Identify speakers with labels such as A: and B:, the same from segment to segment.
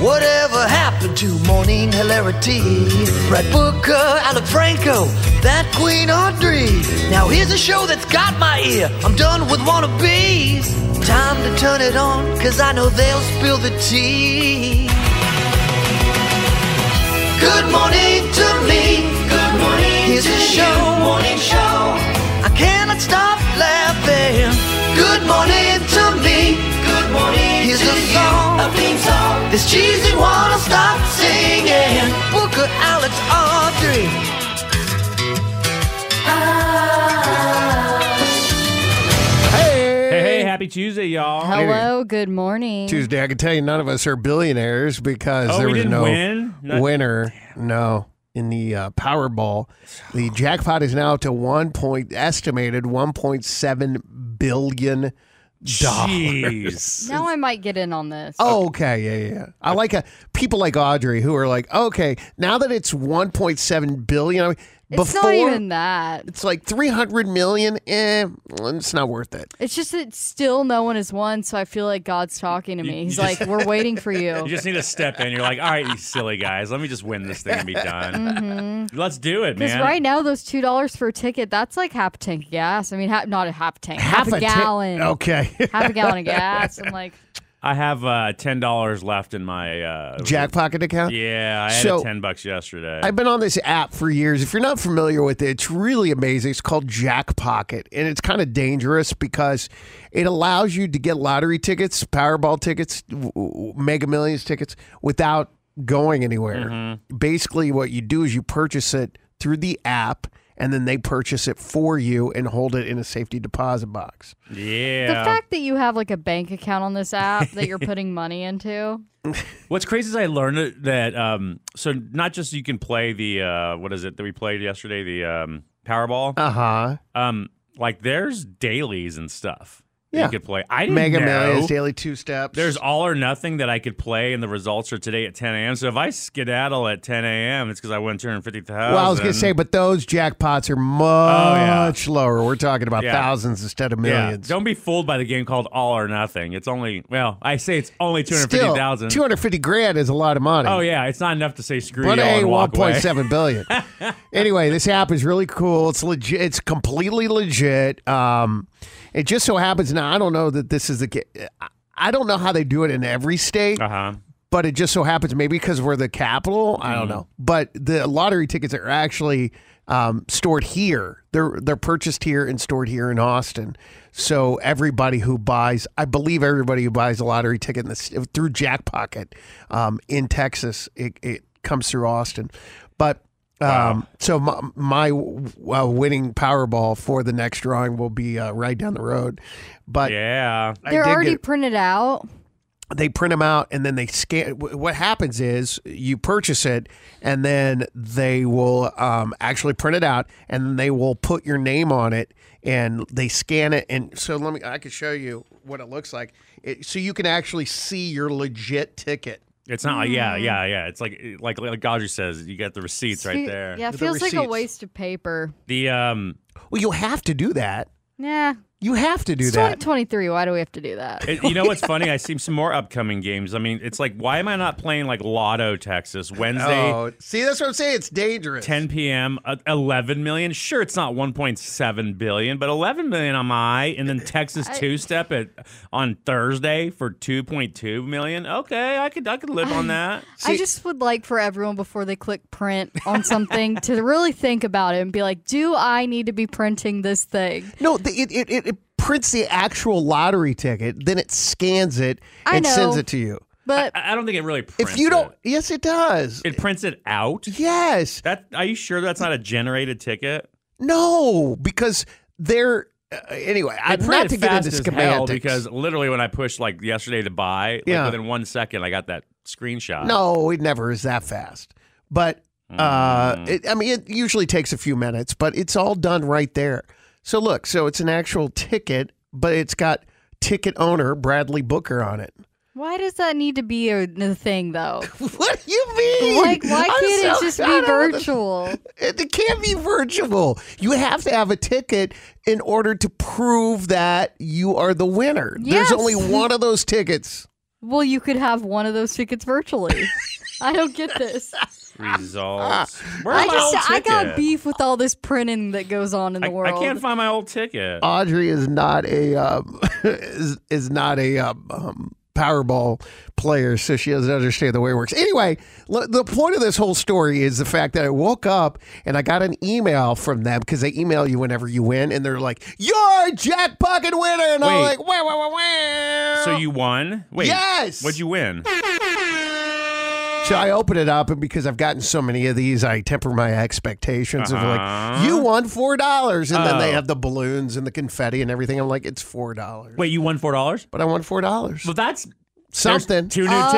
A: Whatever happened to morning hilarity? Brett Booker, Alan Franco, that Queen Audrey. Now here's a show that's got my ear. I'm done with wannabes. Time to turn it on, cause I know they'll spill the tea. Good morning to me. Good morning. Here's a show. Morning show. I cannot stop laughing. Good morning to me. Good morning. Here's a song. A theme song. This cheesy one will stop singing. Booker Alex Audrey.
B: Hey, hey, happy Tuesday, y'all.
C: Hello, good morning.
D: Tuesday. I can tell you none of us are billionaires because
B: Oh,
D: there
B: we
D: was
B: didn't
D: no
B: win? Not-
D: winner. No. In the uh, Powerball, the jackpot is now to one point estimated one point seven billion dollars.
B: Jeez.
C: Now I might get in on this.
D: Oh, okay, yeah, yeah. I like a, people like Audrey who are like, okay, now that it's one point seven billion, I mean,
C: it's
D: before
C: not even that.
D: it's like three hundred million. Eh, it's not worth it.
C: It's just that still no one has won, so I feel like God's talking to me. He's like, "We're waiting for you."
B: You just need to step in. You're like, all right, you silly guys, let me just win this thing and be done. Let's do it,
C: Mm-hmm. Because
B: man.
C: right now, those two dollars for a ticket—that's like half a tank of gas. I mean, ha- not a half a tank, half,
D: ti-
C: a, gallon,
D: okay.
C: half a gallon of gas. I'm like,
B: I have uh, ten dollars left in my uh,
D: Jack pocket account.
B: Yeah, I had
D: So-
B: a ten bucks yesterday.
D: I've been on this app for years. If you're not familiar with it, it's really amazing. It's called Jack Pocket, and it's kind of dangerous because it allows you to get lottery tickets, Powerball tickets, w- w- Mega Millions tickets without going anywhere.
B: Mm-hmm.
D: Basically, what you do is you purchase it through the app, and then they purchase it for you and hold it in a safety deposit box.
B: yeah.
C: the fact that you have like a bank account on this app that you're putting money into.
B: What's crazy is I learned it- that um, so not just you can play the uh, what is it that we played yesterday the um, Powerball
D: Uh huh.
B: um, like there's dailies and stuff that
D: Yeah.
B: you could play. I didn't
D: Mega
B: know
D: Millions, daily two steps.
B: there's all or nothing that I could play, and the results are today at 10 a.m. So if I skedaddle at 10 a.m., it's because I wouldn't turn fifty thousand. Oh,
D: Well, I was going to say, but those jackpots are
B: yeah.
D: much lower. We're talking about
B: Yeah.
D: thousands instead of millions.
B: Yeah, don't be fooled by the game called All or Nothing. It's only well, I say it's only two hundred fifty
D: Still,
B: thousand.
D: 250 grand is a lot of money.
B: Oh yeah, it's not enough to say screw
D: But
B: you all
D: hey,
B: and walk away.
D: 1.7 billion. anyway, this app is really cool. It's legit. It's completely legit. Um, it just so happens now. I don't know that this is the. ca- I- I don't know how they do it in every state,
B: Uh huh.
D: but it just so happens maybe because we're the capital. I don't know. But the lottery tickets are actually um, stored here. They're they're purchased here and stored here in Austin. So everybody who buys, I believe everybody who buys a lottery ticket in the, c- through Jackpocket um, in Texas, it, it comes through Austin. But um, so my, my uh, winning Powerball for the next drawing will be uh, right down the road. But
B: Yeah.
D: I
C: They're
D: did
C: already
D: get-
C: printed out.
D: they print them out and then they scan. wh- What happens is you purchase it and then they will um, actually print it out and they will put your name on it and they scan it. And so let me, I could show you what it looks like. It, so you can actually see your legit ticket.
B: It's not like yeah, yeah, yeah. It's like like like Audrey says, you got the receipts right
C: Fe-
B: there.
C: Yeah,
D: The
C: feels like a
D: receipts.
C: waste of paper.
B: The um
D: Well, you have to do that.
C: Nah,
D: You have to do
C: It's
D: that.
C: 2023. Why do we have to do that?
B: It- you know what's funny? I see some more upcoming games. I mean, it's like, why am I not playing like Lotto Texas Wednesday,
D: Oh, see, that's what I'm saying. It's dangerous.
B: 10 p.m., uh, 11 million? Sure, it's not 1.7 billion, but 11 million am I. And then Texas
C: I-
B: two step at on Thursday for 2.2 million. Okay, I could I could live on that.
C: I just would like for everyone before they click print on something to really think about it and be like, do I need to be printing this thing?
D: No, the, it, it, it, it prints the actual lottery ticket, then it scans it
C: I
D: and sends
C: know.
D: it to you.
C: But
B: I, I don't think it really prints
D: If you don't,
B: it.
D: yes, it does.
B: It prints it out.
D: yes,
B: That are you sure that's not a generated ticket?
D: no, because they're uh, anyway. I
B: They
D: not
B: printed
D: to get
B: fast
D: into
B: as hell
D: semantics
B: because literally when I pushed like yesterday to buy, like
D: Yeah.
B: within one second I got that screenshot.
D: no, it never is that fast. But
B: Mm.
D: uh, it, I mean, it usually takes a few minutes, but it's all done right there. So look, so it's an actual ticket, but it's got ticket owner Bradley Booker on it.
C: why does that need to be a, a thing though?
D: What do you mean?
C: Like, why
D: I'm
C: can't
D: so
C: it just
D: fed
C: be
D: up with this.
C: virtual?
D: It, it can't be virtual. You have to have a ticket in order to prove that you are the winner.
C: Yes.
D: There's only one of those tickets.
C: Well, you could have one of those tickets virtually. I don't get this.
B: Results.
D: Ah.
B: Where's
C: I
B: my old
C: just I got
B: ticket?
C: beef with all this printing that goes on in
B: I,
C: the world.
B: I can't find my old ticket.
D: Audrey is not a um, is, is not a um, um, Powerball player, so she doesn't understand the way it works. Anyway, l- the point of this whole story is the fact that I woke up and I got an email from them because they email you whenever you win, and they're like, "You're a jackpocket winner," and I'm
B: Wait.
D: like, "Wow, wow, wow, wow!"
B: so you won? Wait.
D: Yes!
B: What'd you win?
D: So I open it up, and because I've gotten so many of these, I temper my expectations of like,
B: Uh-huh.
D: "You won four dollars," and then they
B: Oh.
D: have the balloons and the confetti and everything. I'm like, "It's four dollars."
B: Wait, you won four dollars?
D: But I won four dollars.
B: Well that's there's
D: something.
B: Two new
C: Oh,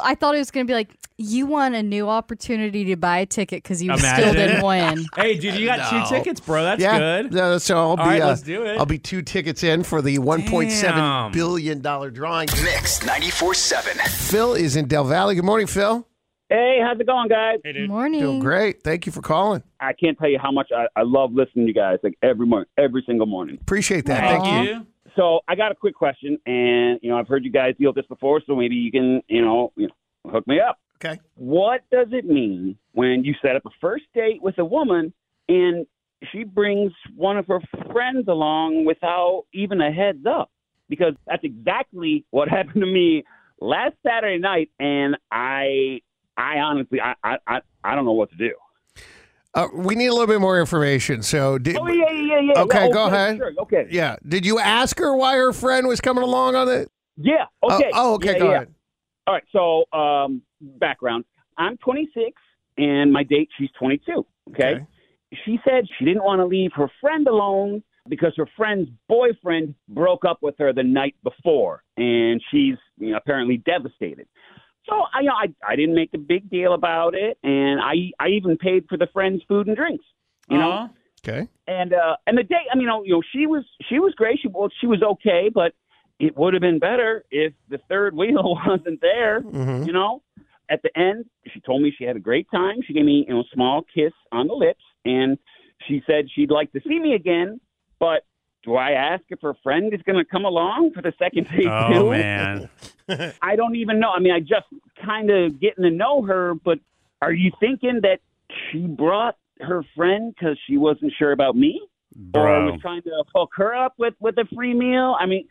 B: tickets.
C: I thought it was going to be like you want a new opportunity to buy a ticket because you still
B: Imagine.
C: didn't win.
B: Hey dude, you got two tickets, bro. That's
D: yeah,
B: good.
D: yeah, so I'll be.
B: right,
D: uh,
B: let's do it.
D: I'll be two tickets in for the 1.7
B: Damn.
D: billion dollar drawing.
E: Mix 94.7.
D: Phil is in Del Valley. Good morning, Phil.
F: Hey, how's it going, guys?
C: Morning.
D: Doing great. Thank you for calling.
F: I can't tell you how much I, I love listening to you guys, like every morning, every single morning.
D: Appreciate that.
B: Thank
D: Thank you.
B: you.
F: So I got a quick question, and you know I've heard you guys deal with this before, so maybe you can, you know, you know, hook me up.
D: Okay.
F: What does it mean when you set up a first date with a woman and she brings one of her friends along without even a heads up? Because that's exactly what happened to me last Saturday night, and I, I honestly, I, I, I, I don't know what to do.
D: Uh, we need a little bit more information. So, did,
F: Oh yeah, yeah, yeah. yeah.
D: Okay,
F: Oh,
D: go
F: sure,
D: ahead.
F: Sure, okay. Yeah.
D: yeah, did you ask her why her friend was coming along on it? Oh,
F: Okay.
D: Oh, okay.
F: Yeah,
D: go
F: yeah.
D: ahead.
F: All right. So, um, background: I'm 26, and my date she's 22. Okay?
D: Okay.
F: She said she didn't want to leave her friend alone because her friend's boyfriend broke up with her the night before, and she's you know, apparently devastated. So I, you know, I, I didn't make a big deal about it, and I, I even paid for the friend's food and drinks. You know,
B: Aw.
D: Okay.
F: and uh and the day i mean you know she was she was great she well she was okay but it would have been better if the third wheel wasn't there
D: Mhm.
B: Mm-hmm.
F: you know at the end she told me she had a great time she gave me you know a small kiss on the lips and she said she'd like to see me again but do I ask if her friend is going to come along for the second date too?
B: Oh man.
F: I don't even know. I mean, I just kind of getting to know her, but are you thinking that she brought her friend because she wasn't sure about me, or
B: Bro.
F: was trying to hook her up with with a free meal? I mean,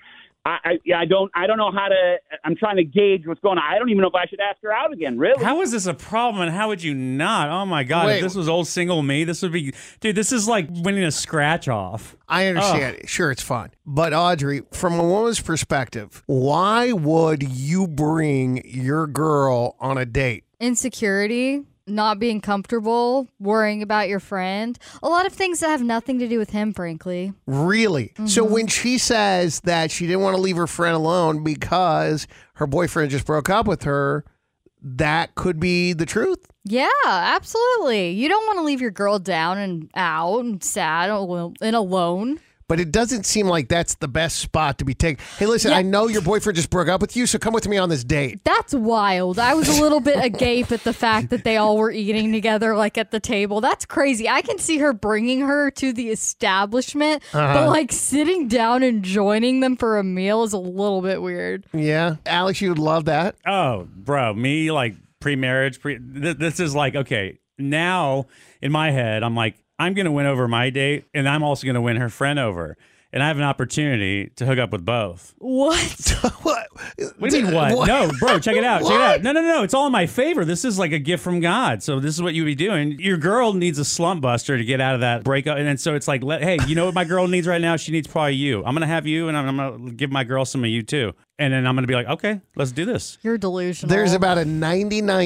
F: I I, yeah, I don't I don't know how to. I'm trying to gauge what's going on. I don't even know if I should ask her out again. Really?
B: How is this a problem and how would you not? Oh my god,
D: Wait.
B: if this was old single me, this would be dude, this is like winning a scratch off.
D: I understand. Sure, it's fun. But Audrey, from a woman's perspective, why would you bring your girl on a date?
C: insecurity, not being comfortable, worrying about your friend, a lot of things that have nothing to do with him, frankly.
D: Really? So
B: Mm-hmm.
D: when she says that she didn't want to leave her friend alone because her boyfriend just broke up with her, that could be the truth.
C: Yeah, absolutely. You don't want to leave your girl down and out and sad and alo- and alone.
D: But it doesn't seem like that's the best spot to be taken. Hey, listen,
C: Yeah.
D: I know your boyfriend just broke up with you, so come with me on this date.
C: That's wild. I was a little bit agape at the fact that they all were eating together, like at the table. That's crazy. I can see her bringing her to the establishment,
D: Uh-huh.
C: but like sitting down and joining them for a meal is a little bit weird.
D: Yeah. Alex, you would love that.
B: Oh, bro, me like pre-marriage, pre. Th- this is like okay. Now in my head, I'm like, I'm gonna win over my date, and I'm also gonna win her friend over, and I have an opportunity to hook up with both.
C: What?
D: what?
B: What do you mean what? No, bro, check it out. check it out. No, no, no. It's all in my favor. This is like a gift from God. So this is what you would be doing. Your girl needs a slump buster to get out of that breakup. And then so it's like, let, hey, you know what my girl needs right now? She needs probably you. I'm gonna have you and I'm, gonna give my girl some of you too. And then I'm gonna be like, okay, let's do this.
C: You're delusional.
D: There's about a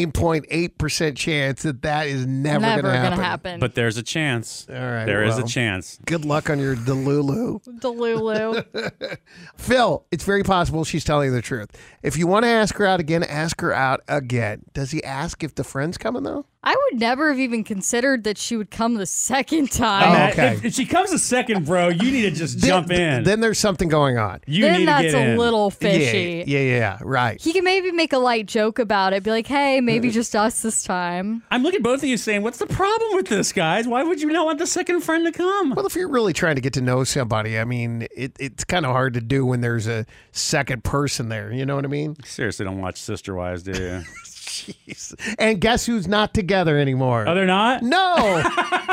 D: 99.8% chance that that is never,
C: never
D: going to happen.
B: But there's a chance. All
D: right,
B: a
D: well.
B: chance.
D: Good luck on your Delulu.
C: Delulu.
D: Phil, it's very possible she's telling you the truth. If you want to ask her out again, ask her out again. Does he ask if the friend's coming, though?
C: I would never have even considered that she would come the second
D: Oh,
C: time.
B: Matt,
D: okay.
B: If, if she comes a second, bro, you need to just jump
D: Then-
B: in.
D: Then there's something going on.
B: you need
C: then
B: to
C: that's
B: get
C: a
B: in.
C: little
D: Yeah,
C: fishy.
D: Yeah, yeah, yeah, right.
C: He can maybe make a light joke about it, be like, hey, maybe just us this time.
B: I'm looking at both of you saying, what's the problem with this, guys? Why would you not want the second friend to come?
D: Well, if you're really trying to get to know somebody, I mean, it, it's kind of hard to do when there's a second person there. You know what I mean?
B: Seriously, don't watch Sister Wives, do you?
D: Jeez. And guess who's not together anymore?
B: Oh, they're not?
D: no.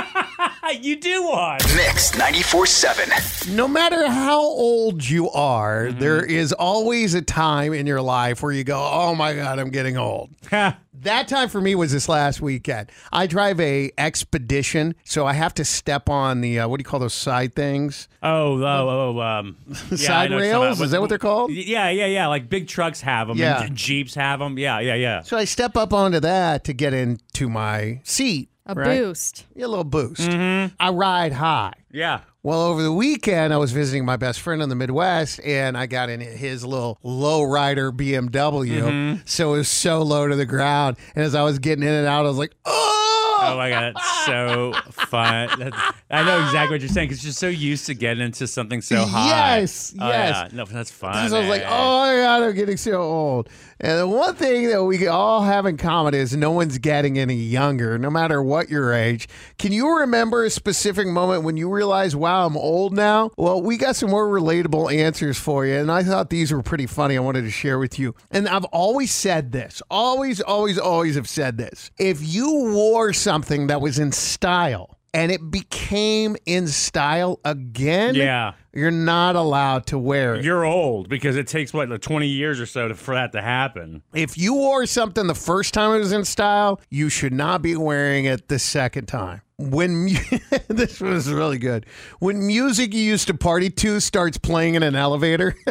B: You do watch.
E: Mix 94.7.
D: No matter how old you are, there is always a time in your life where you go, "Oh my god, I'm getting old." That time for me was this last weekend. I drive a expedition, so I have to step on the uh, what do you call those side things?
B: Oh, oh, oh, um, yeah,
D: Side
B: I know it's not-
D: rails? Is that what they're called?
B: Yeah, yeah, yeah. Like big trucks have them.
D: Yeah.
B: And jeeps have them. Yeah, yeah, yeah.
D: So I step up onto that to get into my seat.
C: A
D: right?
C: boost.
D: Yeah, a little boost. I ride high.
B: Yeah.
D: Well, over the weekend, I was visiting my best friend in the Midwest, and I got in his little lowrider BMW. So it was so low to the ground. And as I was getting in and out, I was like,
B: Oh
D: oh!
B: my god, that's so fun. That's, I know exactly what you're saying because you're just so used to getting into something so high.
D: Yes,
B: Oh,
D: yes.
B: Yeah. No, that's fun.
D: Because I was like,
B: man.
D: oh my God, I'm getting so old. And the one thing that we all have in common is no one's getting any younger, no matter what your age. Can you remember a specific moment when you realized, wow, I'm old now? Well, we got some more relatable answers for you. And I thought these were pretty funny. I wanted to share with you. And I've always said this, always, always, always have said this. If you wore something that was in style, and it became in style again.
B: Yeah.
D: You're not allowed to wear it.
B: You're old because it takes what like 20 years or so to, for that to happen.
D: If you wore something the first time it was in style, you should not be wearing it the second time. When mu- this was really good. When music you used to party to starts playing in an elevator.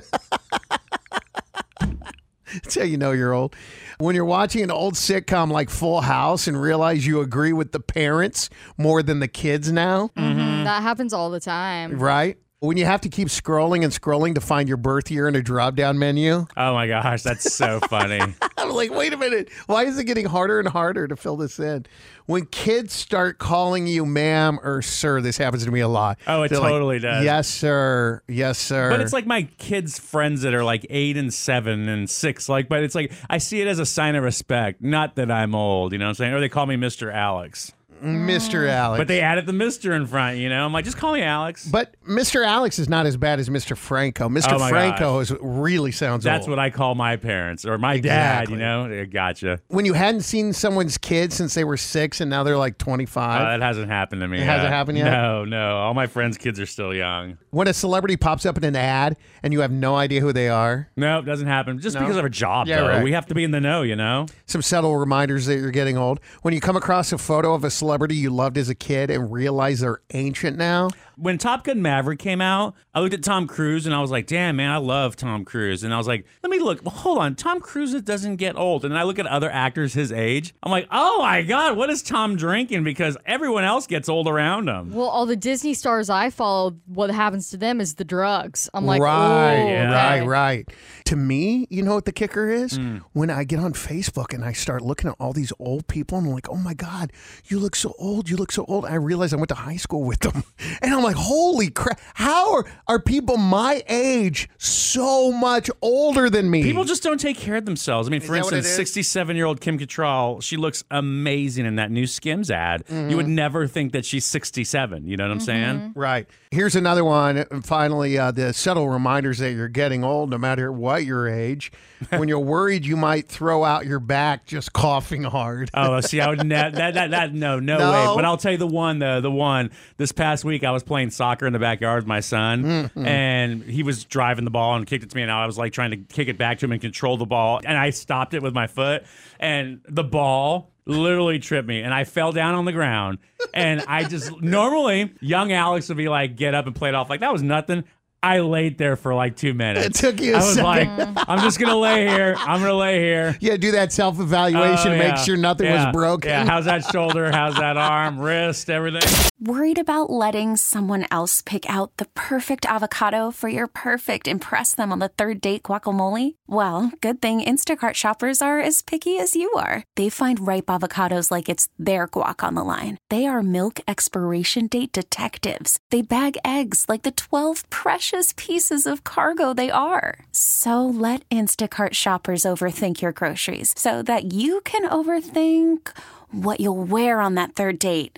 D: That's how you know you're old. When you're watching an old sitcom like Full House and realize you agree with the parents more than the kids now,
C: That happens all the time.
D: right? When you have to keep scrolling and scrolling to find your birth year in a drop down menu.
B: Oh my gosh, that's so funny.
D: I'm like, wait a minute. Why is it getting harder and harder to fill this in? When kids start calling you ma'am or sir, this happens to me a lot.
B: Oh, it
D: They're like,
B: totally does.
D: Yes, sir. Yes, sir.
B: But it's like my kids' friends that are like eight and seven and six. Like, but it's like I see it as a sign of respect, not that I'm old. You know what I'm saying? Or they call me Mister Alex,
D: Mr. Alex.
B: but they added the Mister in front. You know, I'm like, just call me Alex.
D: But Mr. Alex is not as bad as Mr. Franco. Mr.
B: Oh, my
D: Franco is really sounds
B: That's
D: old.
B: what I call my parents or my dad.
D: Exactly.
B: You know, Yeah, gotcha. Uh,
D: when you hadn't seen someone's kid since they were six and now they're like 25.
B: Uh, that hasn't happened to me.
D: It hasn't happened yet?
B: No, no. All my friends' kids are still young.
D: when a celebrity pops up in an ad and you have no idea who they are,
B: No, it doesn't happen. Just
D: No?
B: because of our job,
D: Yeah,
B: though,
D: right.
B: we have to be in the know. You know.
D: some subtle reminders that you're getting old. When you come across a photo of a celebrity you loved as a kid and realize they're ancient now,
B: when Top Gun Maverick came out, I looked at Tom Cruise and I was like, damn, man, I love Tom Cruise. And I was like, let me look. Well, hold on. Tom Cruise doesn't get old. And I look at other actors his age. I'm like, oh my God, what is Tom drinking? Because everyone else gets old around him.
C: Well, all the Disney stars I follow, what happens to them is the drugs. I'm like,
D: right,
C: "Oh,
B: yeah.
D: right,
C: okay."
D: right. To me, you know what the kicker is? When I get on Facebook and I start looking at all these old people, and I'm like, oh my God, you look so old. You look so old. I realized I went to high school with them. And I'm like, holy crap. How are, are people my age so much older than me?
B: People just don't take care of themselves. I mean, for
D: that what it
B: instance,
D: is?
B: 67 year old Kim Cattrall, she looks amazing in that new Skims ad. You
D: Mm-hmm.
B: would never think that she's 67. You know what I'm saying?
D: Right. Here's another one. And Finally, uh, the subtle reminders that you're getting old, no matter what your age. when you're worried you might throw out your back just coughing hard.
B: Oh, see, I would ne- that, that, that, no, no,
D: No.
B: way. But I'll tell you the one, the, the one. This past week, I was playing soccer in the backyard with my son,
D: Mm-hmm.
B: and he was driving the ball and kicked it to me, and I was like trying to kick it back to him and control the ball, and I stopped it with my foot, and the ball literally tripped me, and I fell down on the ground, and I just normally young Alex would be like, get up and play it off like that was nothing. I laid there for like two minutes.
D: It took you a
B: I was
D: second.
B: like, I'm just gonna lay here. I'm gonna lay here.
D: yeah, do that self evaluation,
B: Oh, yeah.
D: make sure nothing
B: Yeah.
D: was broken.
B: Yeah, how's that shoulder? How's that arm, wrist, everything?
G: Worried about letting someone else pick out the perfect avocado for your perfect impress them on the third date guacamole? Well, good thing Instacart shoppers are as picky as you are. They find ripe avocados like it's their guac on the line. They are milk expiration date detectives. They bag eggs like the 12 precious pieces of cargo they are. So let Instacart shoppers overthink your groceries so that you can overthink what you'll wear on that third date.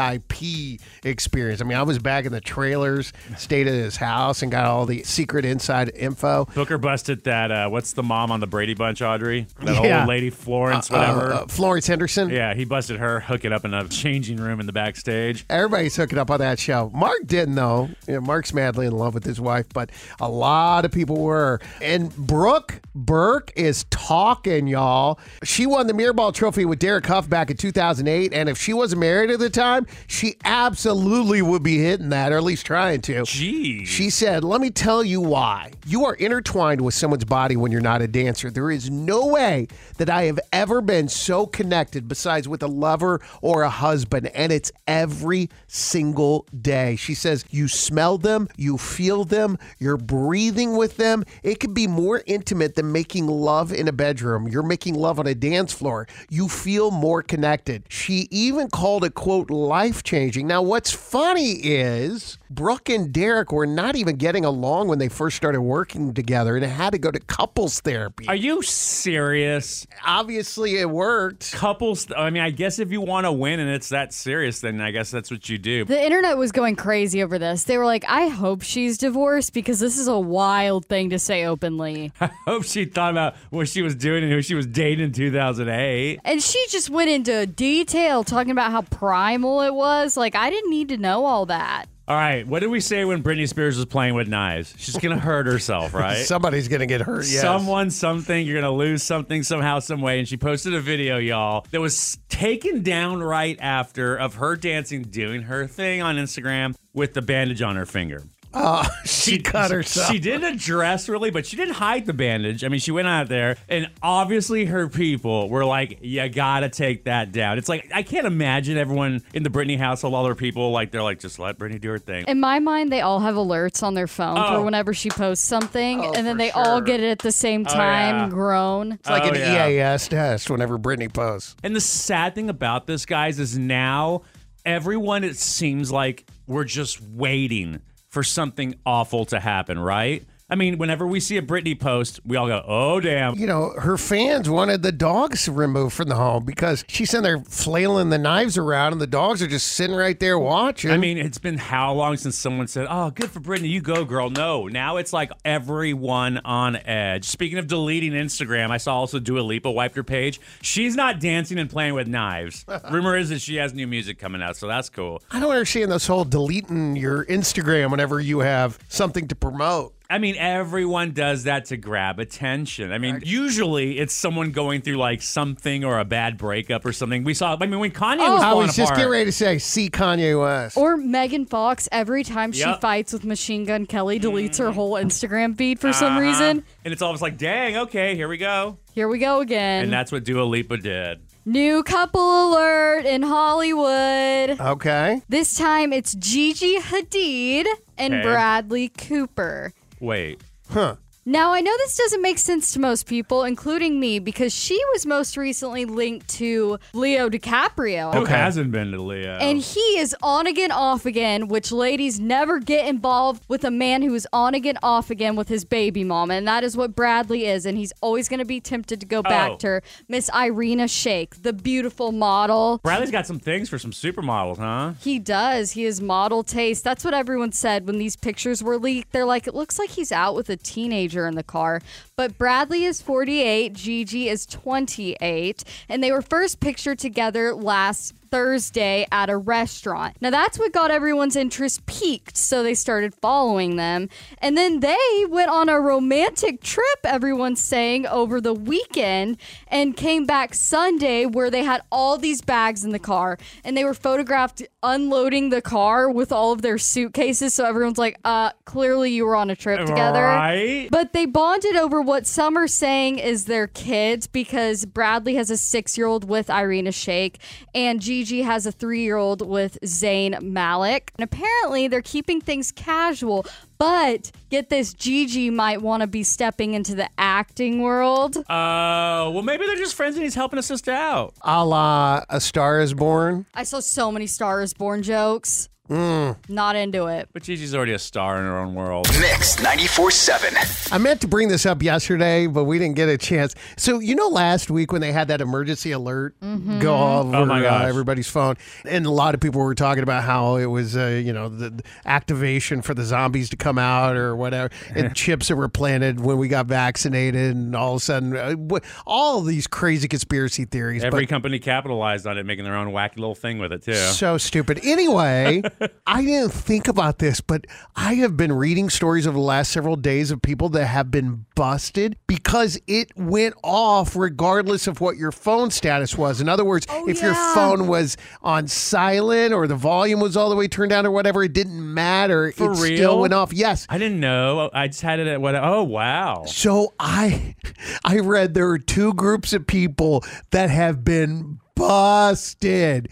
D: VIP experience. I mean, I was back in the trailers, stayed at his house, and got all the secret inside info.
B: Booker busted that. Uh, what's the mom on the Brady Bunch, Audrey? That
D: Yeah.
B: old lady, Florence, whatever.
D: Uh, Florence Henderson.
B: yeah, he busted her hooking up in a changing room in the backstage.
D: Everybody's hooking up on that show. Mark didn't, though. You know, Mark's madly in love with his wife, but a lot of people were. And Brooke Burke is talking, y'all. She won the Mirror Ball Trophy with Derek Huff back in 2008. And if she wasn't married at the time, she absolutely would be hitting that, or at least trying to.
B: Gee.
D: She said, Let me tell you why. You are intertwined with someone's body when you're not a dancer. There is no way that I have ever been so connected besides with a lover or a husband. And it's every single day. She says, You smell them, you feel them, you're breathing with them. It can be more intimate than making love in a bedroom. You're making love on a dance floor. You feel more connected. She even called it, quote, life changing. Now, what's funny is Brooke and Derek were not even getting along when they first started working together and had to go to couples therapy.
B: Are you serious?
D: Obviously, it worked.
B: Couples. I mean, I guess if you want to win and it's that serious, then I guess that's what you do.
C: The internet was going crazy over this. us. They were like, I hope she's divorced because this is a wild thing to say openly.
B: I hope she thought about what she was doing and who she was dating in 2008.
C: And she just went into detail talking about how primal it was. Like, I didn't need to know all that.
B: All right, what did we say when Britney Spears was playing with knives? She's gonna hurt herself, right?
D: Somebody's gonna get hurt. Yes.
B: Someone, something, you're gonna lose something somehow, some way. And she posted a video, y'all, that was taken down right after of her dancing, doing her thing on Instagram with the bandage on her finger.
D: Oh, she, cut herself.
B: She didn't address really, but she didn't hide the bandage. I mean, she went out there, and obviously her people were like, "You gotta take that down." It's like I can't imagine everyone in the Britney household, all their people, like they're like, "Just let Britney do her thing."
C: In my mind, they all have alerts on their phone
B: Oh.
C: for whenever she posts something,
B: Oh,
C: and then
B: for
C: they all
B: sure.
C: get it at the same
B: Oh,
C: time, Uh,
B: yeah.
C: groan.
D: It's like
B: Oh,
D: an
B: yeah.
D: EAS test whenever Britney posts.
B: And the sad thing about this, guys, is now everyone, it seems like we're just waiting for something awful to happen, right? I mean, whenever we see a Britney post, we all go, oh, damn.
D: You know, her fans wanted the dogs removed from the home because she's in there flailing the knives around, and the dogs are just sitting right there watching.
B: I mean, it's been how long since someone said, "Oh, good for Brittany, you go, girl." No, now it's like everyone on edge. Speaking of deleting Instagram, I saw also Dua Lipa wiped her page. She's not dancing and playing with knives. Rumor is that she has new music coming out, so that's cool.
D: I don't understand this whole deleting your Instagram whenever you have something to promote.
B: I mean, everyone does that to grab attention. I mean, usually it's someone going through like something or a bad breakup or something. We saw. I mean, when Kanye was
D: I
B: falling
D: was Oh, just
B: apart.
D: getting ready to say, see Kanye West.
C: Or Megan Fox, every time she
B: Yep.
C: fights with Machine Gun Kelly, deletes her whole Instagram feed for some
B: Mm. Uh-huh.
C: reason.
B: and it's almost like, dang, okay, here we go.
C: Here we go again.
B: And that's what Dua Lipa did.
C: New couple alert in Hollywood.
D: Okay.
C: This time it's Gigi Hadid and
B: Okay.
C: Bradley Cooper.
B: Wait.
D: Huh.
C: Now, I know this doesn't make sense to most people, including me, because she was most recently linked to Leo DiCaprio.
B: Who hasn't been to Leo?
C: And he is on again, off again, which ladies never get involved with a man who is on again, off again with his baby mama. And that is what Bradley is. And he's always going to be tempted to go back
B: Oh.
C: to her. Miss Irina Shayk, the beautiful model.
B: Bradley's got some things for some supermodels, huh?
C: He does. He is model taste. That's what everyone said when these pictures were leaked. They're like, it looks like he's out with a teenager in the car. But Bradley is 48, Gigi is 28, and they were first pictured together last Thursday at a restaurant. Now, that's what got everyone's interest peaked, so they started following them. And then they went on a romantic trip, everyone's saying, over the weekend and came back Sunday where they had all these bags in the car and they were photographed unloading the car with all of their suitcases. So everyone's like, uh, clearly you were on a trip together.
B: Right.
C: But they bonded over what some are saying is their kids because Bradley has a six year old with Irina Shayk and Gigi has a three year old with Zayn Malik. And apparently they're keeping things casual. But get this, Gigi might want to be stepping into the acting world.
B: Uh, well, maybe they're just friends and he's helping us just out.
D: A la A Star is Born.
C: I saw so many Stars Born jokes.
D: Mm.
C: Not into it.
B: But Gigi's already a star in her own world.
E: Mix 94.7.
D: I meant to bring this up yesterday, but we didn't get a chance. So you know, last week when they had that emergency alert go off uh,
B: Oh, my gosh.
D: everybody's phone, and a lot of people were talking about how it was, uh, you know, the the activation for the zombies to come out or whatever, and chips that were planted when we got vaccinated, and all of a sudden, uh, wh- all of these crazy conspiracy theories.
B: Every
D: but-
B: company capitalized on it, making their own wacky little thing with it too.
D: So stupid. Anyway, I didn't think about this, but I have been reading stories over the last several days of people that have been busted because it went off regardless of what your phone status was. In other words, if your
C: yeah.
D: phone was on silent or the volume was all the way turned down or whatever, it didn't matter.
B: For
D: it
B: real?
D: still went off. Yes.
B: I didn't know. I just had it at what? Oh wow.
D: So I I read there are two groups of people that have been busted.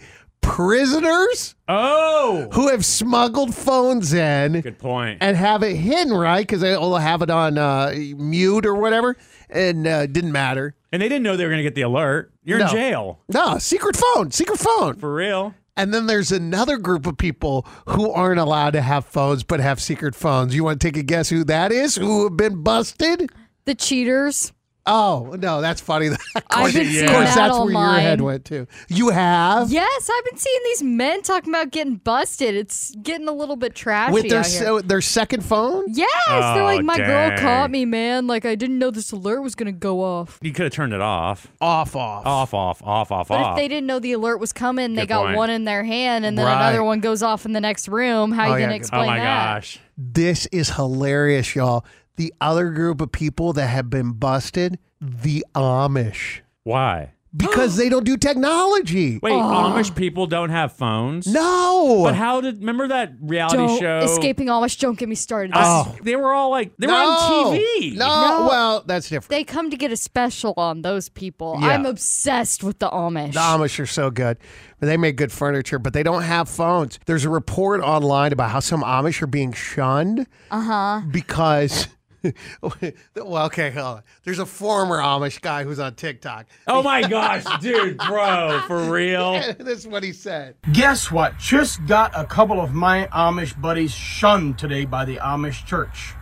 D: Prisoners
B: Oh,
D: who have smuggled phones in
B: good point.
D: and have it hidden, right? Because they all have it on uh, mute or whatever, and uh, didn't matter.
B: And they didn't know they were gonna get the alert. You're
D: No.
B: in jail
D: No, secret phone, secret phone.
B: for real.
D: And then there's another group of people who aren't allowed to have phones but have secret phones. You want to take a guess who that is? Who have been busted?
C: The cheaters.
D: Oh no, that's funny. of
C: I've
D: course,
C: been seeing
D: of course
C: that
D: that's
C: all
D: where your head
C: mine.
D: went too. You have
C: Yes, I've been seeing these men talking about getting busted. It's getting a little bit trashy
D: with their
C: out here.
D: so, their second phone.
C: yes, they're
B: Oh,
C: like, my
B: dang.
C: girl caught me, man. Like, I didn't know this alert was gonna go off.
B: You could have turned it off.
D: Off, off.
B: Off, off, off, off,
C: But if
B: off.
C: they didn't know the alert was coming, they
B: Good
C: got
B: point.
C: one in their hand, and then
D: Right.
C: another one goes off in the next room. How
D: Oh,
C: you
D: yeah,
C: gonna
D: good-
C: explain
B: oh my
C: that?
B: gosh.
D: This is hilarious, y'all. The other group of people that have been busted, the Amish,
B: Why?
D: because they don't do technology.
B: Wait, Amish people don't have phones?
D: No.
B: But how did remember that reality
C: Don't
B: show?
C: escaping Amish. Don't get me started.
B: Uh, They were all like they were
D: Oh. No.
B: on TV.
D: No,
C: No.
D: well, that's different.
C: They come to get a special on those people.
D: Yeah.
C: I'm obsessed with the Amish.
D: The Amish are so good. They make good furniture, but they don't have phones. There's a report online about how some Amish are being shunned
C: Uh
B: Uh-huh.
C: huh.
D: because. well, okay, hold on. There's a former Amish guy who's on TikTok.
B: Oh my gosh, dude, bro, for real.
D: this is what he said.
H: Guess what? Just got a couple of my Amish buddies shunned today by the Amish church.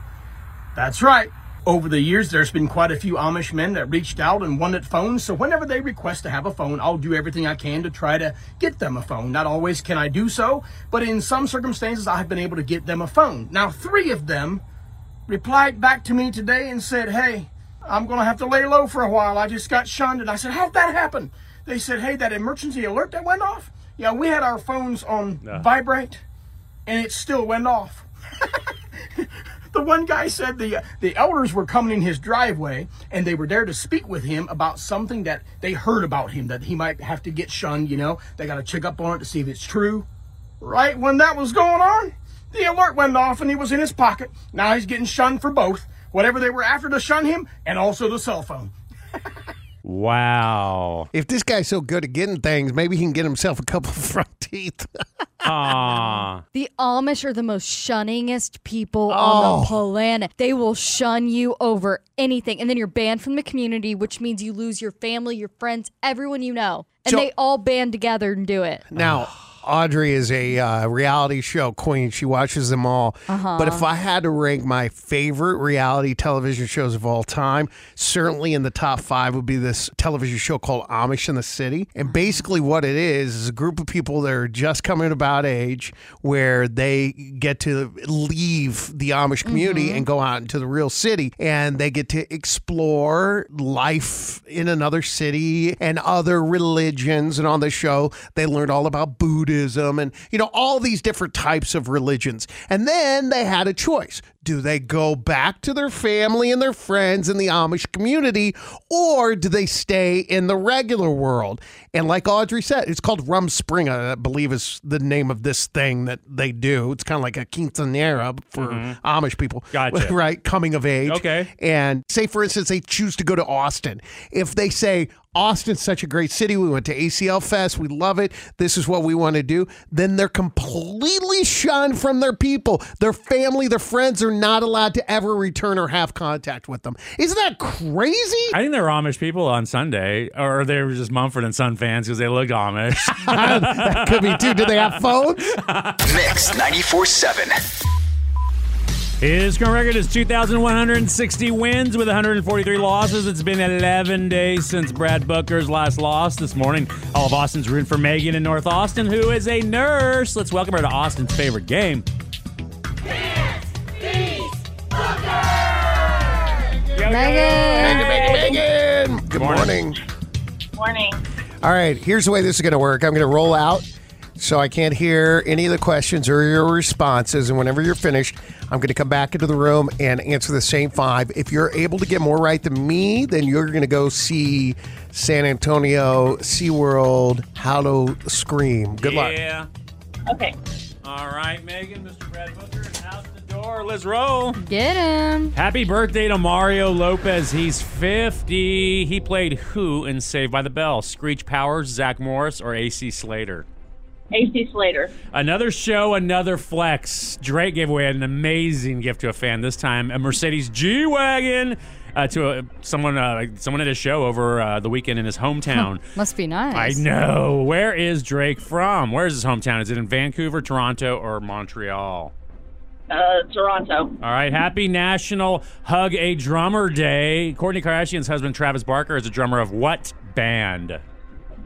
H: That's right. Over the years, there's been quite a few Amish men that reached out and wanted phones. So whenever they request to have a phone, I'll do everything I can to try to get them a phone. Not always can I do so, but in some circumstances, I have been able to get them a phone. Now, three of them replied back to me today and said, Hey, I'm going to have to lay low for a while. I just got shunned. And I said, How'd that happen? They said, Hey, that emergency alert that went off? Yeah, we had our phones on vibrate and it still went off. the one guy said the the elders were coming in his driveway and they were there to speak with him about something that they heard about him that he might have to get shunned, you know. They got to check up on it to see if it's true. Right when that was going on, the alert went off and he was in his pocket. Now he's getting shunned for both, whatever they were after to shun him and also the cell phone.
B: Wow.
D: If this guy's so good at getting things, maybe he can get himself a couple front teeth.
B: Aw.
C: The Amish are the most shunningest people on
D: Oh.
C: the planet. They will shun you over anything. And then you're banned from the community, which means you lose your family, your friends, everyone you know. And
D: So-
C: they all band together and do it.
D: Now, Audrey is a uh, reality show queen. She watches them all.
C: Uh-huh.
D: But if I had to rank my favorite reality television shows of all time, certainly in the top five would be this television show called Amish in the City. And basically, what it is is a group of people that are just coming about age where they get to leave the Amish community and go out into the real city. And they get to explore life in another city and other religions. And on the show, they learned all about Buddhism and, you know, all these different types of religions. And then they had a choice. Do they go back to their family and their friends in the Amish community, or do they stay in the regular world? And like Audrey said, it's called Rum Spring, I believe is the name of this thing that they do. It's kind of like a quinceanera for Amish people.
B: Gotcha.
D: right? Coming of age.
B: Okay.
D: And say, for instance, they choose to go to Austin. If they say, Austin's such a great city, we went to ACL Fest, we love it, this is what we want to do, then they're completely shunned from their people. Their family, their friends are not allowed to ever return or have contact with them. Isn't that crazy?
B: I think there were Amish people on Sunday, or they were just Mumford and Son fans because they looked Amish.
D: that could be too. Do they have phones?
E: Mix 94.7.
B: His current record is 2,160 wins with 143 losses. It's been 11 days since Brad Booker's last loss this morning. All of Austin's rooting for Megan in North Austin, who is a nurse. Let's welcome her to Austin's favorite game.
C: Megan!
D: Megan, good
B: morning.
D: morning.
I: Morning.
D: All right, here's the way this is going to work. I'm going to roll out so I can't hear any of the questions or your responses. And whenever you're finished, I'm going to come back into the room and answer the same five. If you're able to get more right than me, then you're going to go see San Antonio SeaWorld Hollow Scream. Good luck.
B: Yeah.
I: Okay.
B: All right, Megan, Mr. Brad Booker is out the door. Let's roll.
C: Get him.
B: Happy birthday to Mario Lopez. He's 50. He played who in Saved by the Bell? Screech Powers, Zach Morris, or AC Slater?
I: AC Slater.
B: Another show, another flex. Drake gave away an amazing gift to a fan. This time, a Mercedes G wagon uh, to a, someone. Uh, someone at a show over uh, the weekend in his hometown.
C: Must be nice.
B: I know. Where is Drake from? Where is his hometown? Is it in Vancouver, Toronto, or Montreal?
I: Uh, Toronto.
B: All right, happy National Hug a Drummer Day. Courtney Kardashian's husband Travis Barker is a drummer of what band?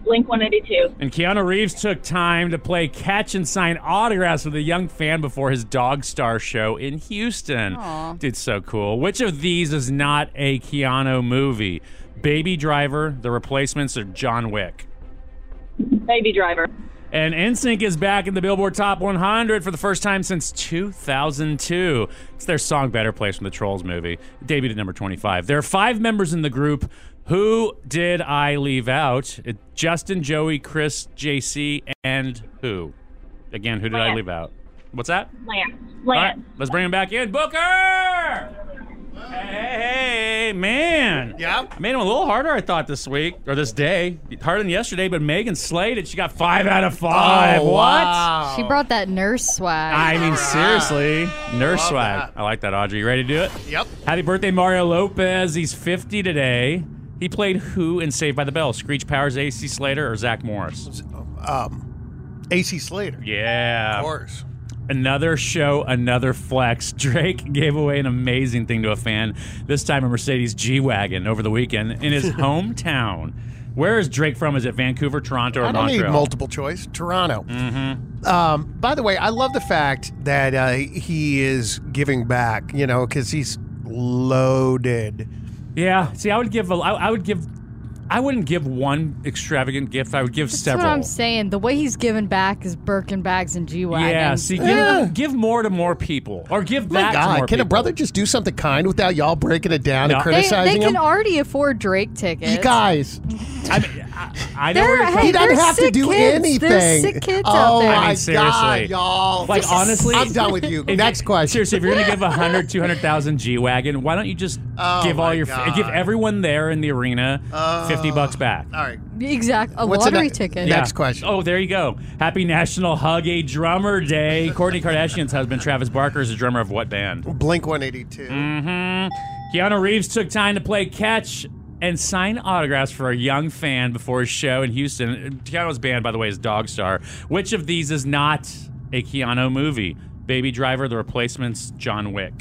I: Blink 182.
B: And Keanu Reeves took time to play catch and sign autographs with a young fan before his Dog Star show in Houston.
I: Aw.
B: Dude, so cool. Which of these is not a Keanu movie? Baby Driver, The Replacements, or John Wick?
I: Baby Driver.
B: And NSYNC is back in the Billboard Top 100 for the first time since 2002. It's their song Better Place from the Trolls movie. It debuted at number 25. There are five members in the group. Who did I leave out? It- Justin, Joey, Chris, JC, and who? Again, who did I
I: Lance.
B: leave out? What's that?
I: Lance.
B: All
I: Lance.
B: right, let's bring him back in. Booker! Hey, man. Yeah. I made him a little harder, I thought, this week or this day. Harder than yesterday, but Megan slayed it. She got five out of five.
C: Oh,
B: what?
C: wow. She brought that nurse swag.
B: I mean, seriously, nurse swag. I like that, Audrey. You ready to do it?
D: Yep.
B: Happy birthday, Mario Lopez. He's 50 today. He played who in Saved by the Bell? Screech Powers, AC Slater, or Zach Morris?
D: Um, AC Slater.
B: Yeah.
D: Of course.
B: Another show, another flex. Drake gave away an amazing thing to a fan, this time a Mercedes G Wagon over the weekend in his hometown. Where is Drake from? Is it Vancouver, Toronto, or
D: I don't
B: Montreal?
D: need multiple choice. Toronto.
B: Mm-hmm.
D: Um, by the way, I love the fact that uh, he is giving back, you know, because he's loaded.
B: Yeah. See, I would give. A, I, I would give. I wouldn't give one extravagant gift. I would give
C: That's
B: several.
C: what I'm saying. The way he's giving back is Birkin bags and G wagons.
B: yeah. See, give, give more to more people, or give
D: My
B: that to
D: God,
B: more
D: can a
B: people.
D: brother just do something kind without y'all breaking it down
B: No.
D: and
B: They-
C: They,
D: criticizing
C: they can
D: him?
C: already afford Drake tickets.
D: you guys,
B: I know.
C: They're-
B: where you're
C: hey,
B: coming
D: he doesn't
C: they're
D: have to
C: sick
D: do
C: kids.
D: anything.
C: There's sick kids
D: oh
C: out there.
D: my
B: I mean, seriously.
D: God, y'all!
B: Like, honestly-
D: I'm done with you.
B: If-
D: Next question.
B: Seriously, if you're going to give 100, 200,000 G Wagon, why don't you just
D: Oh
B: give all
D: my
B: your,
D: God. Oh.
B: give everyone there in the arena 50 bucks back?
D: All right.
C: Exact. A
D: What's the
C: lottery
D: ne-
C: ticket.
B: Yeah. Oh, there you go. Happy National Hug a Drummer Day. Courtney Kardashian's husband, Travis Barker, is a drummer of what band?
D: Blink 182.
B: Mm-hmm. Keanu Reeves took time to play catch and sign autographs for a young fan before his show in Houston. Keanu's band, by the way, is Dog Star. Which of these is not a Keanu movie? Baby Driver, The Replacements, John Wick.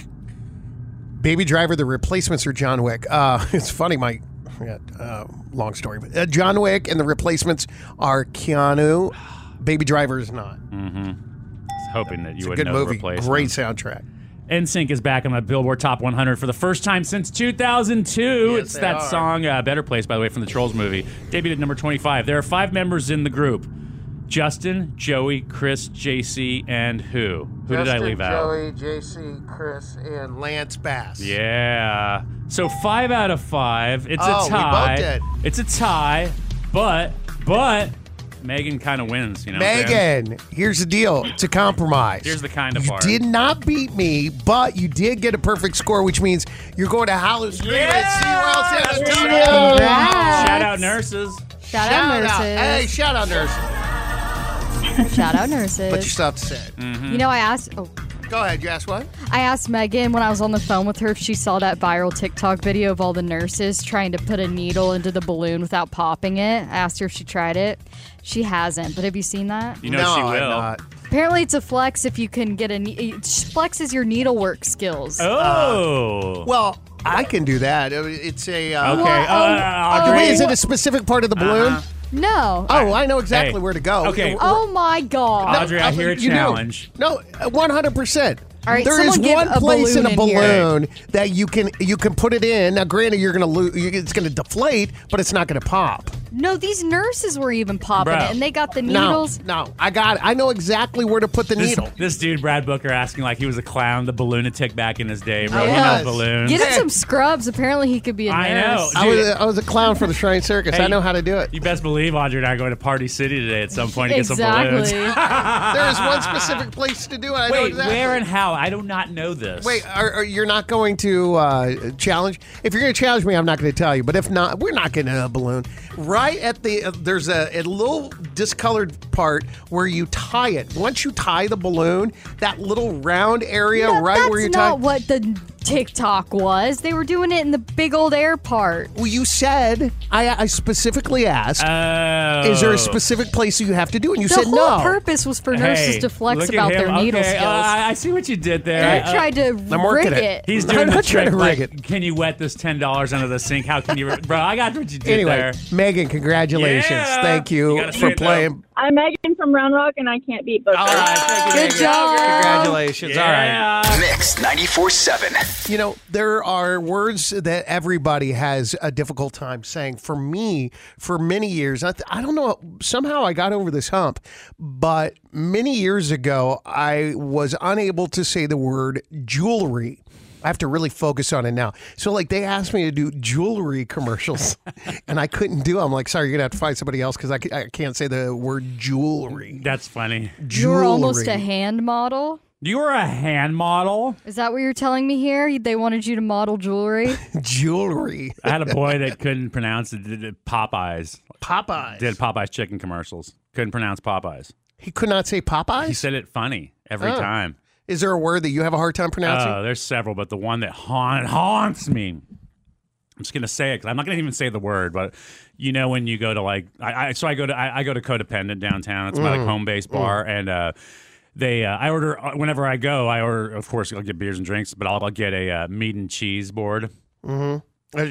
D: Baby Driver, The Replacements, or John Wick? Uh, it's funny, my yeah, uh, long story, but uh, John Wick and The Replacements are Keanu. Baby Driver is not.
B: Mm-hmm. I was hoping that you
D: It's a
B: would
D: good
B: know
D: movie.
B: the Replacements.
D: Great soundtrack.
B: NSYNC is back on the Billboard Top 100 for the first time since 2002.
D: Yes,
B: it's
D: they
B: that
D: are.
B: song uh, "Better Place," by the way, from the Trolls movie, debuted at number 25. There are five members in the group: Justin, Joey, Chris, JC, and who? Who did I leave out?
D: JC, Chris, and Lance Bass.
B: Yeah. So five out of five. It's
D: Oh,
B: a
D: we both
B: tie.
D: did.
B: It's a tie, but but Megan kind of wins. You know, what I'm saying?
D: Megan, here's the deal. It's a compromise.
B: Here's the kind of
D: you
B: part.
D: did not beat me, but you did get a perfect score, which means you're going to Hollow Scream at Sea World San Antonio.
C: Congrats.
B: Shout out nurses.
C: Shout out
D: Shout out.
C: nurses.
D: Hey, shout out nurses.
C: Shout out nurses.
D: But you still have to say
B: Mm.
D: it.
C: You know, I asked. Oh,
D: Go ahead. You asked what?
C: I asked Megan when I was on the phone with her if she saw that viral TikTok video of all the nurses trying to put a needle into the balloon without popping it. I asked her if she tried it. She hasn't, but have you seen that?
B: You know she will.
C: Apparently, it's a flex if you can get a ne- it flexes your needlework skills.
B: Uh, Oh.
D: Well, I can do that. Uh, It's a. Uh,
B: Okay. Well, Uh, uh,
D: Wait,
B: Audrey.
D: is it a specific part of the balloon?
B: Uh-huh.
C: No.
D: Oh, I know exactly
B: Hey.
D: where to go.
B: Okay.
D: Uh,
C: Oh my god.
B: Audrey, I
D: uh,
B: hear a
D: you do.
B: challenge.
D: No, one hundred percent.
C: All right,
D: there
C: someone
D: is
C: give
D: one
C: a
D: place in
C: balloon
D: a
C: in here.
D: balloon that you can you can put it in. Now, granted, you're gonna lose. It's gonna deflate, but it's not gonna pop.
C: No, these nurses were even popping
B: Bruh.
C: it, and they got the
D: No,
C: needles.
D: No, I got. I know exactly where to put the
B: This,
D: needle.
B: this dude, Brad Booker, asking like he was a clown, the balloonatic back in his day, bro.
D: Yes.
B: He knows balloons.
C: Get him some scrubs. Apparently, he could be a nurse.
B: I know.
D: I
B: Dude.
D: was, I was a clown for the Shrine Circus.
B: Hey,
D: I know how to do it.
B: you best believe Audrey and I are going to Party City today at some point to get some
C: Exactly.
B: balloons.
D: there is one specific place to do it. I know
B: Wait,
D: exactly.
B: where and how? I do not know this.
D: Wait, are, are, you're not going to uh, challenge? If you're going to challenge me, I'm not going to tell you. But if not, we're not getting a balloon. Right at the uh, there's a, a little discolored part where you tie it. Once you tie the balloon, that little round area
C: No,
D: right
C: that's
D: where you tie.
C: not what the TikTok was. They were doing it in the big old air part.
D: Well, you said I, I specifically asked,
B: Oh,
D: is there a specific place you have to do? it?" And you
C: the
D: said
C: whole
D: no.
C: purpose was for nurses
B: Hey,
C: to flex
B: look at
C: about
B: him.
C: their needle
B: Okay,
C: skills.
B: uh, I see what you did there.
C: I tried to I'm working rig it. it.
B: He's
D: I'm
B: doing the
D: not trying
B: trick.
D: to rig
B: Like, Can you wet this ten dollars under the sink? How can you, bro? I got what you did
D: anyway,
B: there.
D: Megan, congratulations.
B: Yeah.
D: Thank you,
B: You gotta say
D: for
B: it, though.
D: playing.
I: I'm Megan from Round Rock, and I can't beat both. All right,
D: Good job. Congratulations. All right.
E: Mix 94.7.
D: You know, there are words that everybody has a difficult time saying. For me, for many years, I, th- I don't know, somehow I got over this hump, but many years ago, I was unable to say the word jewelry. I have to really focus on it now. So, like, they asked me to do jewelry commercials, and I couldn't do. it. I'm like, sorry, you're gonna have to find somebody else because I, c- I can't say the word jewelry.
B: That's funny.
C: you were almost a
D: Jewelry.
C: hand model.
B: You were a hand model.
C: Is that what you're telling me here? They wanted you to model jewelry.
D: jewelry.
B: I had a boy that couldn't pronounce it. Did it Popeyes.
D: Popeyes.
B: Did Popeyes chicken commercials. Couldn't pronounce Popeyes.
D: He could not say Popeyes.
B: He said it funny every
D: Oh.
B: time.
D: Is there a word that you have a hard time pronouncing?
B: Uh, there's several, but the one that haunt, haunts me. I'm just gonna say it 'cause I'm not gonna even say the word, but you know when you go to like, I, I so I go to I, I go to Codependent downtown. It's my like
J: Mm.
B: home based bar, and uh, they uh, I order whenever I go. I order, of course, I'll get beers and drinks, but I'll, I'll get a uh, meat and cheese board.
D: Mm-hmm.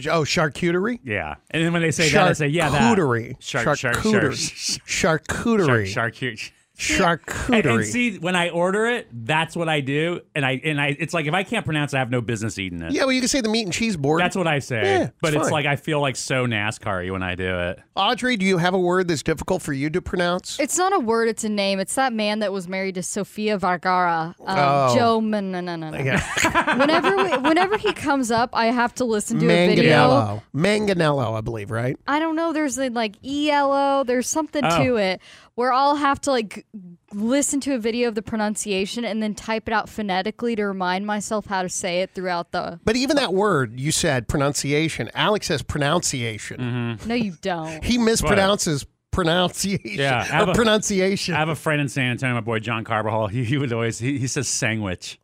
D: Oh, charcuterie.
B: Yeah, and then when they say that, I say yeah, that
D: Charcuterie.
B: Shark, shark,
D: Charcuterie.
B: Shark,
D: Charcuterie.
B: shark, huge.
D: Charcuterie.
B: And, and see, when I order it, that's what I do, and I and I. It's like if I can't pronounce, it, I have no business eating it.
D: Yeah, well, you can say the meat and cheese board.
B: That's what I say.
D: Yeah, it's
B: but it's
D: fine.
B: like I feel like so NASCAR when I do it.
D: Audrey, do you have a word that's difficult for you to pronounce?
C: It's not a word, it's a name. It's that man that was married to Sofia Vergara. Um,
D: Oh.
C: Joe. No, no, no, no.
D: Yeah.
C: Whenever, we, whenever he comes up, I have to listen to a video.
D: Manganello. Manganello, I believe, right?
C: I don't know. There's a, like ELO. There's something
D: Oh.
C: to it where I'll have to like listen to a video of the pronunciation and then type it out phonetically to remind myself how to say it throughout the.
D: But even that word you said, pronunciation. Alex says pronunciation.
B: Mm-hmm.
C: No, you don't.
D: He mispronounces pronunciation.
B: Yeah, I have
D: or
B: a-
D: pronunciation.
B: I have a friend in San Antonio, my boy John Carbajal. He, he would always he, he says sandwich.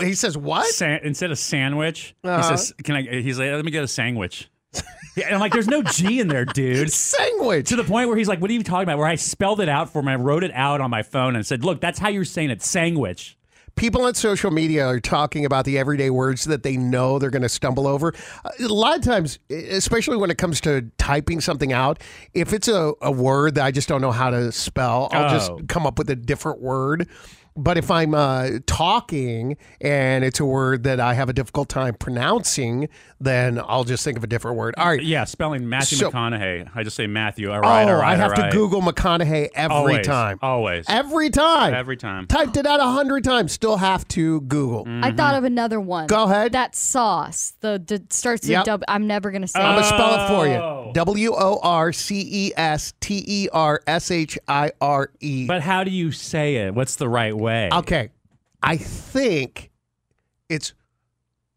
D: he says what?
B: San, instead of sandwich,
D: Uh-huh.
B: he says, "Can I?" He's like, "Let me get a sandwich." Yeah, and I'm like, "There's no G in there, dude."
D: sandwich.
B: To the point where he's like, "What are you talking about?" Where I spelled it out for him, I wrote it out on my phone and said, "Look, that's how you're saying it, sandwich."
D: People on social media are talking about the everyday words that they know they're going to stumble over. A lot of times, e, especially when it comes to typing something out, if it's a, a word that I just don't know how to spell, I'll
B: Oh.
D: just come up with a different word. But if I'm uh, talking and it's a word that I have a difficult time pronouncing, then I'll just think of a different word. All right.
B: Yeah, spelling Matthew
D: So-
B: McConaughey. I just say Matthew. All right,
D: oh,
B: all right,
D: I have
B: all
D: to
B: right.
D: Google McConaughey every
B: Always,
D: time.
B: Always.
D: Every time.
B: Every time.
D: Typed it out a hundred times. Still have to Google.
C: I
B: Mm-hmm.
C: thought of another one.
D: Go ahead.
C: That sauce. The d- starts with
D: Yep.
C: W. I'm never gonna say.
D: I'm
B: Uh,
C: it.
D: gonna spell it for
B: Oh.
D: you. W O R C E S T E R S H I R E.
B: But how do you say it? What's the right way?
D: Okay, I think it's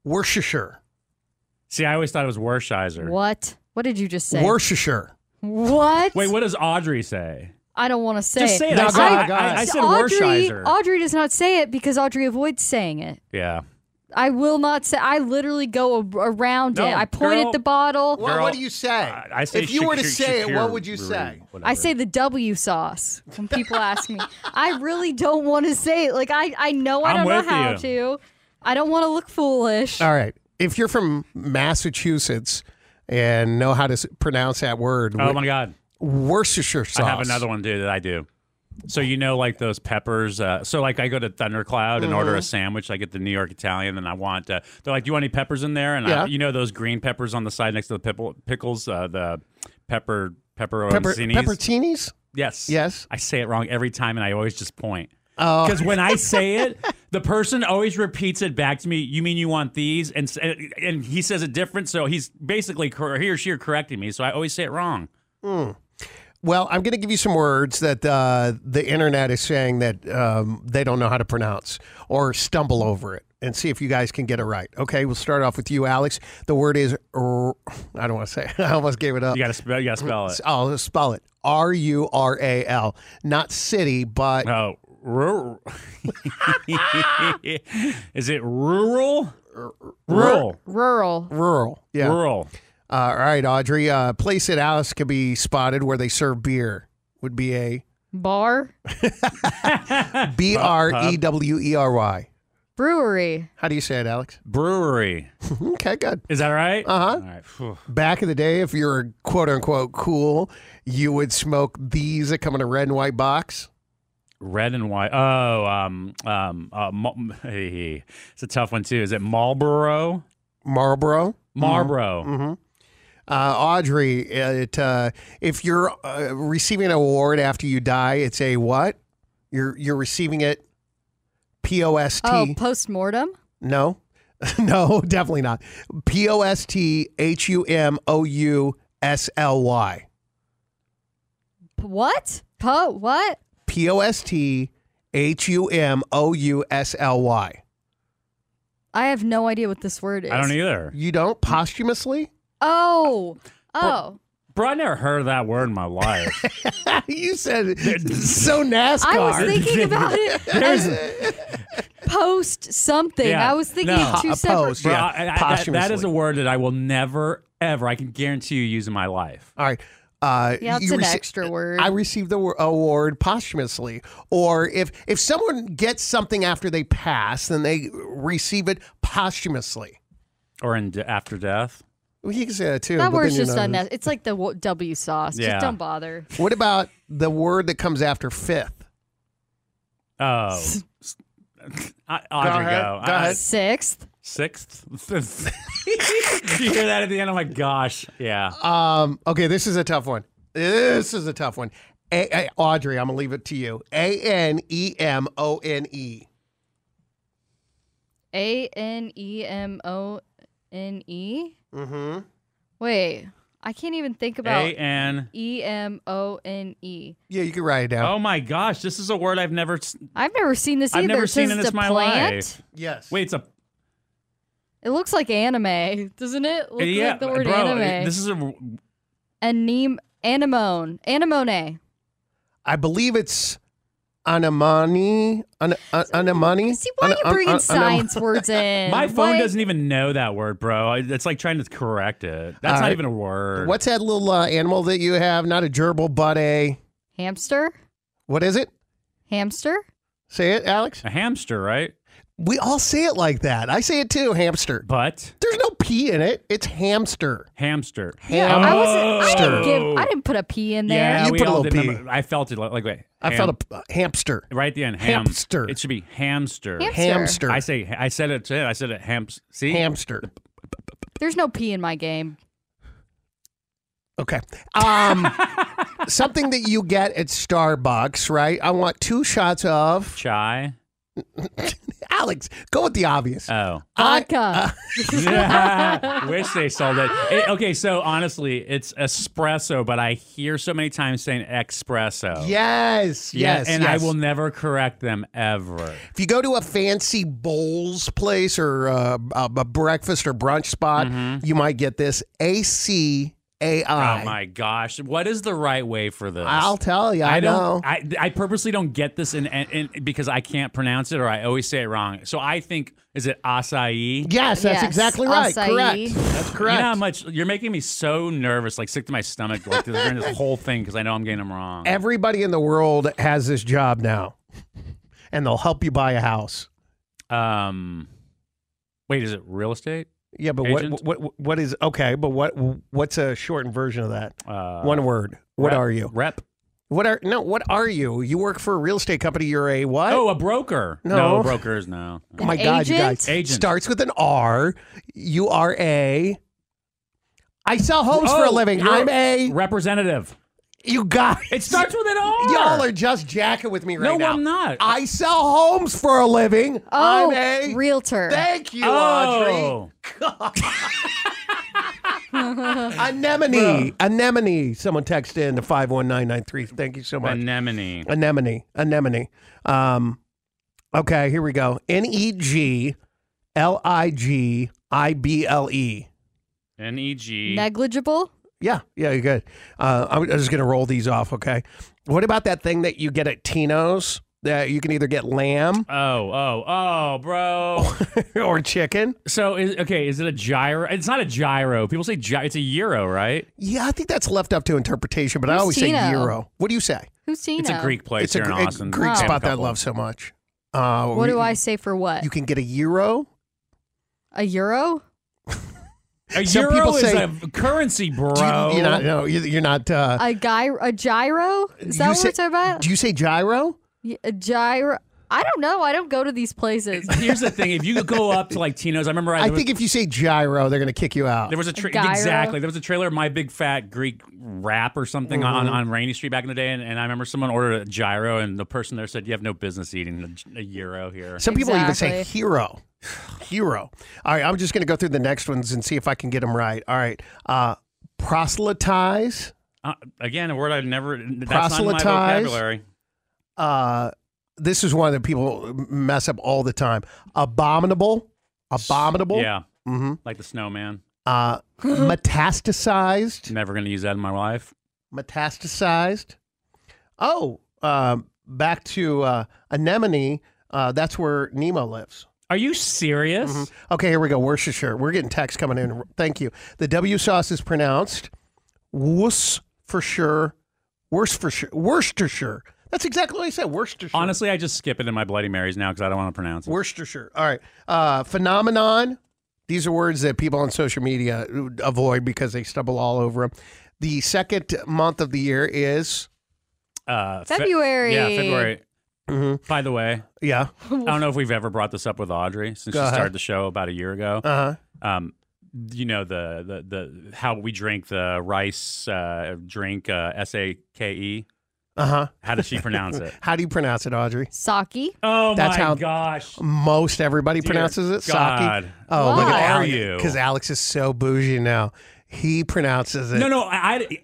D: Worcestershire.
B: See, I always thought it was Worcester.
C: What? What did you just say?
D: Worcestershire.
C: What?
B: Wait, what does Audrey say?
C: I don't want to say.
B: Just say it. No, I go said- ahead, go I- ahead. I said
C: Audrey,
B: Worcester.
C: Audrey does not say it because Audrey avoids saying it.
B: Yeah.
C: I will not say. I literally go a- around
B: No,
C: it. I point
B: girl-
C: at the bottle.
B: What- what Girl, do
D: you say?
B: I say
D: if you were to
B: Shak-
D: say it, what
B: Shakira
D: would you
B: Rue,
D: say?
C: I say the W sauce when people ask me. I really don't want to say it. Like I, I know I
D: I'm
C: don't know
D: with
C: how to. I don't want to look foolish.
D: All right. If you're from Massachusetts and know how to s- pronounce that word,
B: Oh my God.
D: Worcestershire sauce.
B: I have another one, dude, that I do. So you know, like those peppers. Uh, so like, I go to Thundercloud and order a
D: Mhm.
B: sandwich. I get the New York Italian, and I want. Uh, they're like, "Do you want any peppers in there?" And
D: Yeah.
B: I, you know those green peppers on the side next to the pickle, pickles, uh, the pepper pepper
D: Pepper, pepperoncinis.
B: Yes.
D: Yes.
B: I say it wrong every time, and I always just point.
D: Oh.
B: Because when I say it, the person always repeats it back to me. You mean you want these? And s- and and he says it different, so he's basically cor- he or she are correcting me. So I always say it wrong.
D: Hmm. Well, I'm going to give you some words that uh, the internet is saying that um, they don't know how to pronounce or stumble over it and see if you guys can get it right. Okay, we'll start off with you, Alex. The word is, r- I don't want to say, it. I almost gave it up.
B: You gotta spell. You gotta spell it.
D: I'll spell it R U R A L. Not city, but.
B: Uh, Oh, Is it rural?
D: r- r-
B: Rural.
C: Rural.
D: Rural. Yeah.
B: Rural.
D: Uh, all right, Audrey. Uh, place at Alice can be spotted where they serve beer. Would be a
C: Bar.
B: uh,
D: B R E W E R Y.
C: Brewery.
D: How do you say it, Alex?
B: Brewery.
D: okay, good.
B: Is that right?
D: Uh
B: right.
D: huh. Back in the day, if you were quote unquote cool, you would smoke these that come in a red and white box.
B: Red and white. Oh, um, um, uh, Mal- hey, it's a tough one too. Is it Marlboro?
D: Mm-hmm. Marlboro.
B: Marlboro.
D: hmm Uh, Audrey, it, uh, if you're uh, receiving an award after you die, it's a what? You're you're receiving it. P O S T.
C: Oh, postmortem.
D: No, no, definitely not. P O S T H U M O U S L Y.
C: P- What? Po what?
D: P O S T H U M O U S L Y.
C: I have no idea what this word is.
B: I don't e-, either.
D: You don't posthumously?
C: Oh. Oh.
B: Bro, I never heard of that word in my life.
D: you said it so NASCAR.
C: I was thinking about it
B: There's-
C: as post something.
B: Yeah,
C: I was thinking
B: no.
C: of two separate.
B: Bro, I- I- that- that is a word that I will never, ever, I can guarantee you, use in my life.
D: All right. Uh,
C: Yeah, it's
D: you
C: an
D: rece-
C: extra word.
D: I received the wo- award posthumously, or if if someone gets something after they pass, then they receive it posthumously.
B: Or in de- after death.
D: Well, you can say that too.
C: that
D: but then
C: word's
D: you're
C: just
D: not-
C: unnecessary. It's like the wo- W sauce.
B: Yeah.
C: Just don't bother.
D: What about the word that comes after fifth?
B: Oh. S- I, Audrey, go.
D: ahead, go
B: I-
D: ahead.
C: Sixth.
B: Sixth? Fifth? you hear that at the end? I'm like, gosh. Yeah.
D: Um, okay, this is a tough one. This is a tough one. A- A- Audrey, I'm gonna leave it to you. A N E M O N E.
C: A N E M O N E.
D: Mm-hmm.
C: Wait, I can't even think about
B: A N.
C: E M O N E.
D: Yeah, you can write it down.
B: Oh my gosh. This is a word I've never. s-
C: I've never seen this
B: I've
C: either.
B: never
C: It
B: seen
C: says
B: in
C: it's
B: this
C: a
B: my
C: plant.
B: life.
D: Yes.
B: Wait, it's a.
C: It looks like anime, doesn't it? Looks
B: yeah,
C: like the word
B: bro.
C: anime.
B: This is a.
C: Anem- anemone. Anemone.
D: I believe it's Anamani. An- an- Anamani.
C: See, why are you
D: Mm, An- an-
C: bringing
D: an-
C: science words in?
B: My phone
C: Why-
B: doesn't even know that word, bro. I- It's like trying to correct it. That's
D: All
B: not
D: right.
B: even a word.
D: What's that little uh, animal that you have? Not a gerbil, but a
C: Hamster?
D: what is it?
C: Hamster?
D: Say it, Alex.
B: A hamster, right?
D: We all say it like that. I say it too. Hamster.
B: But
D: There's no p in it. It's hamster.
B: hamster.
C: Yeah, I wasn't. I didn't
B: Oh.
C: give. I didn't put a P in there.
B: Yeah,
D: You
B: we
D: put a
B: all
D: little
B: did remember- I felt it like, like wait.
D: I felt a p- a hamster.
B: right at the end. Ham.
D: Hamster.
B: It should be hamster.
C: Hamster.
D: Hamster.
B: I say. I said it. I said it. Hams. See.
D: hamster.
C: There's no P in my game.
D: Okay. Um, something that you get at Starbucks, right? I want two shots of.
B: Chai.
D: Alex, go with the obvious.
B: Oh.
D: uh,
C: Vodka.
B: Wish they sold it. It- Okay, so honestly, it's espresso, but I hear so many times saying espresso.
D: yes,
B: Oh. Yeah,
D: yes.
B: and
D: yes.
B: I will never correct them ever.
D: If you go to a fancy bowls place or uh, a, a breakfast or brunch spot, you might get this A C A
B: Mm-hmm. Oh
D: I.
B: my gosh, what is the right way for this?
D: I'll tell you. I,
B: don't.
D: know.
B: I, I purposely don't get this in, in, in because I can't pronounce it or I always say it wrong. So I think is it acai?
D: yes, that's
C: Yes,
D: exactly right.
C: acai.
D: Correct. That's
B: You know
D: correct.
B: how much you're making me so nervous, like sick to my stomach, like during this whole thing because I know I'm getting them wrong.
D: Everybody in the world has this job now, and they'll help you buy a house.
B: Um, wait, is it real estate?
D: Yeah, but
B: Agent?
D: what, what what what is okay? But what what's a shortened version of that?
B: Uh,
D: One word. What
B: rep-
D: are you?
B: Rep.
D: What are no? What are you? You work for a real estate company. You're a what?
B: Oh, a broker.
D: No.
B: brokers. No.
D: Oh my god, you guys!
B: Agent? Agent.
D: starts with an R. You are a. I sell homes for a
B: Oh,
D: living.
B: you're
D: I'm a.
B: representative.
D: You guys.
B: It starts with an R.
D: Y'all are just jacking with me right
B: No,
D: now.
B: I'm not.
D: I sell homes for a living.
C: Oh,
D: I'm a.
C: realtor.
D: Thank you, Audrey.
B: Oh.
D: Anemone. Anemone. Someone texted in to 51993. Thank you so much.
B: Anemone.
D: Anemone. Anemone. Um, okay, here we go. N E G L I G I B L E.
B: N E G.
C: Negligible.
D: Yeah, yeah, you're good. Uh, I'm I'm just going to roll these off, okay? What about that thing that you get at Tino's? Uh, you can either get lamb
B: Oh, oh, oh, bro.
D: or chicken.
B: So, is, okay, is it a gyro? It's not a gyro. People say gy- it's a euro, right?
D: Yeah, I think that's left up to interpretation, but I
B: Who's
D: always say
B: Tino?
D: euro. What do you say?
C: Who's Tino?
B: It's a Greek place
D: It's a
B: here in
D: gr- a
B: Austin.
D: Greek
C: Oh.
D: spot that I
C: Couple.
D: love so much. Uh,
C: What
D: we-
C: do I say for what?
D: You can get a euro.
C: A euro?
B: A
D: Some
B: euro
D: people
B: is
D: say-
B: a currency, bro.
D: Do you, you're not. No, you- you're not. Uh,
C: a gyro? A gyro? Is
D: you
C: that what
D: say-
C: we're talking about?
D: Do you say gyro?
C: Y- a gyro? I don't know. I don't go to these places.
B: Here's the thing: if you go up to like Tino's, I remember I,
D: I
B: there was-
D: think if you say gyro, they're going to kick you out.
B: There was a tra-
C: gyro.
B: exactly. There was a trailer of My Big Fat Greek Rap or something on,
D: Mhm.
B: on Rainy Street back in the day, and, and I remember someone ordered a gyro, and the person there said, "You have no business eating a, a euro here."
D: Some people even say hero. Hero. All right, I'm just going to go through the next ones and see if I can get them right. All right. Uh, proselytize.
B: uh, again a word I never that's
D: proselytize.
B: not in my vocabulary.
D: Uh, this is one that people mess up all the time. Abominable. Abominable.
B: Yeah,
D: Mm-hmm.
B: like the snowman.
D: Uh, metastasized.
B: Never going to use that in my life.
D: metastasized. Oh, um, back to uh, anemone. Uh, that's where Nemo lives.
B: Are you serious?
D: Mm-hmm. Okay, here we go. Worcestershire. We're getting texts coming in. Thank you. The W sauce is pronounced wuss for sure. Worse for sure. Worcestershire. That's exactly what I said. Worcestershire.
B: Honestly, I just skip it in my Bloody Marys now because I don't want to pronounce it.
D: Worcestershire. All right. Uh, phenomenon. These are words that people on social media avoid because they stumble all over them. The second month of the year is
B: Uh, Fe-
C: February.
B: yeah, February.
D: Mm-hmm.
B: By the way,
D: yeah.
B: I don't know if we've ever brought this up with Audrey since
D: Go
B: she
D: ahead.
B: started the show about a year ago.
D: Uh-huh.
B: Um, you know the, the the how we drink the rice uh, drink uh, S A K E.
D: Uh huh.
B: How does she pronounce it?
D: How do you pronounce it, Audrey?
C: Saki.
B: Oh
D: That's
B: my
D: how
B: gosh!
D: most everybody
B: Dear
D: pronounces it. Saki.
B: God.
D: Oh, look
B: Why
D: at
B: are
D: Alex,
B: you?
D: Because Alex is so bougie now. He pronounces it.
B: No, no, I, I-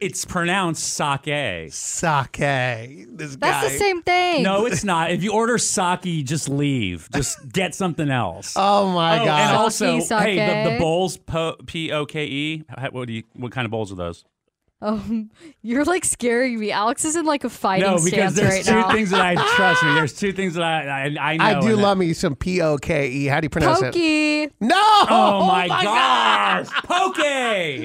B: It's pronounced sake.
D: Sake. This
C: That's the
D: guy.
C: same thing.
B: No, it's not. If you order sake, just leave. Just get something else.
D: Oh my
B: Oh,
D: god.
B: And also,
C: Sake,
B: hey, the, the
C: sake.
B: bowls P O K E. What do you? What kind of bowls are those?
C: Um, you're like scaring me. Alex is in like a fighting
B: no, because
C: stance
B: there's
C: right
B: two
C: now.
B: things that I trust me. There's two things that I I, I know.
D: I do
B: and-
D: love me some P O K E. How do you pronounce it?
C: Pokey.
D: No!
B: Oh my, gosh, poke!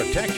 J: Protect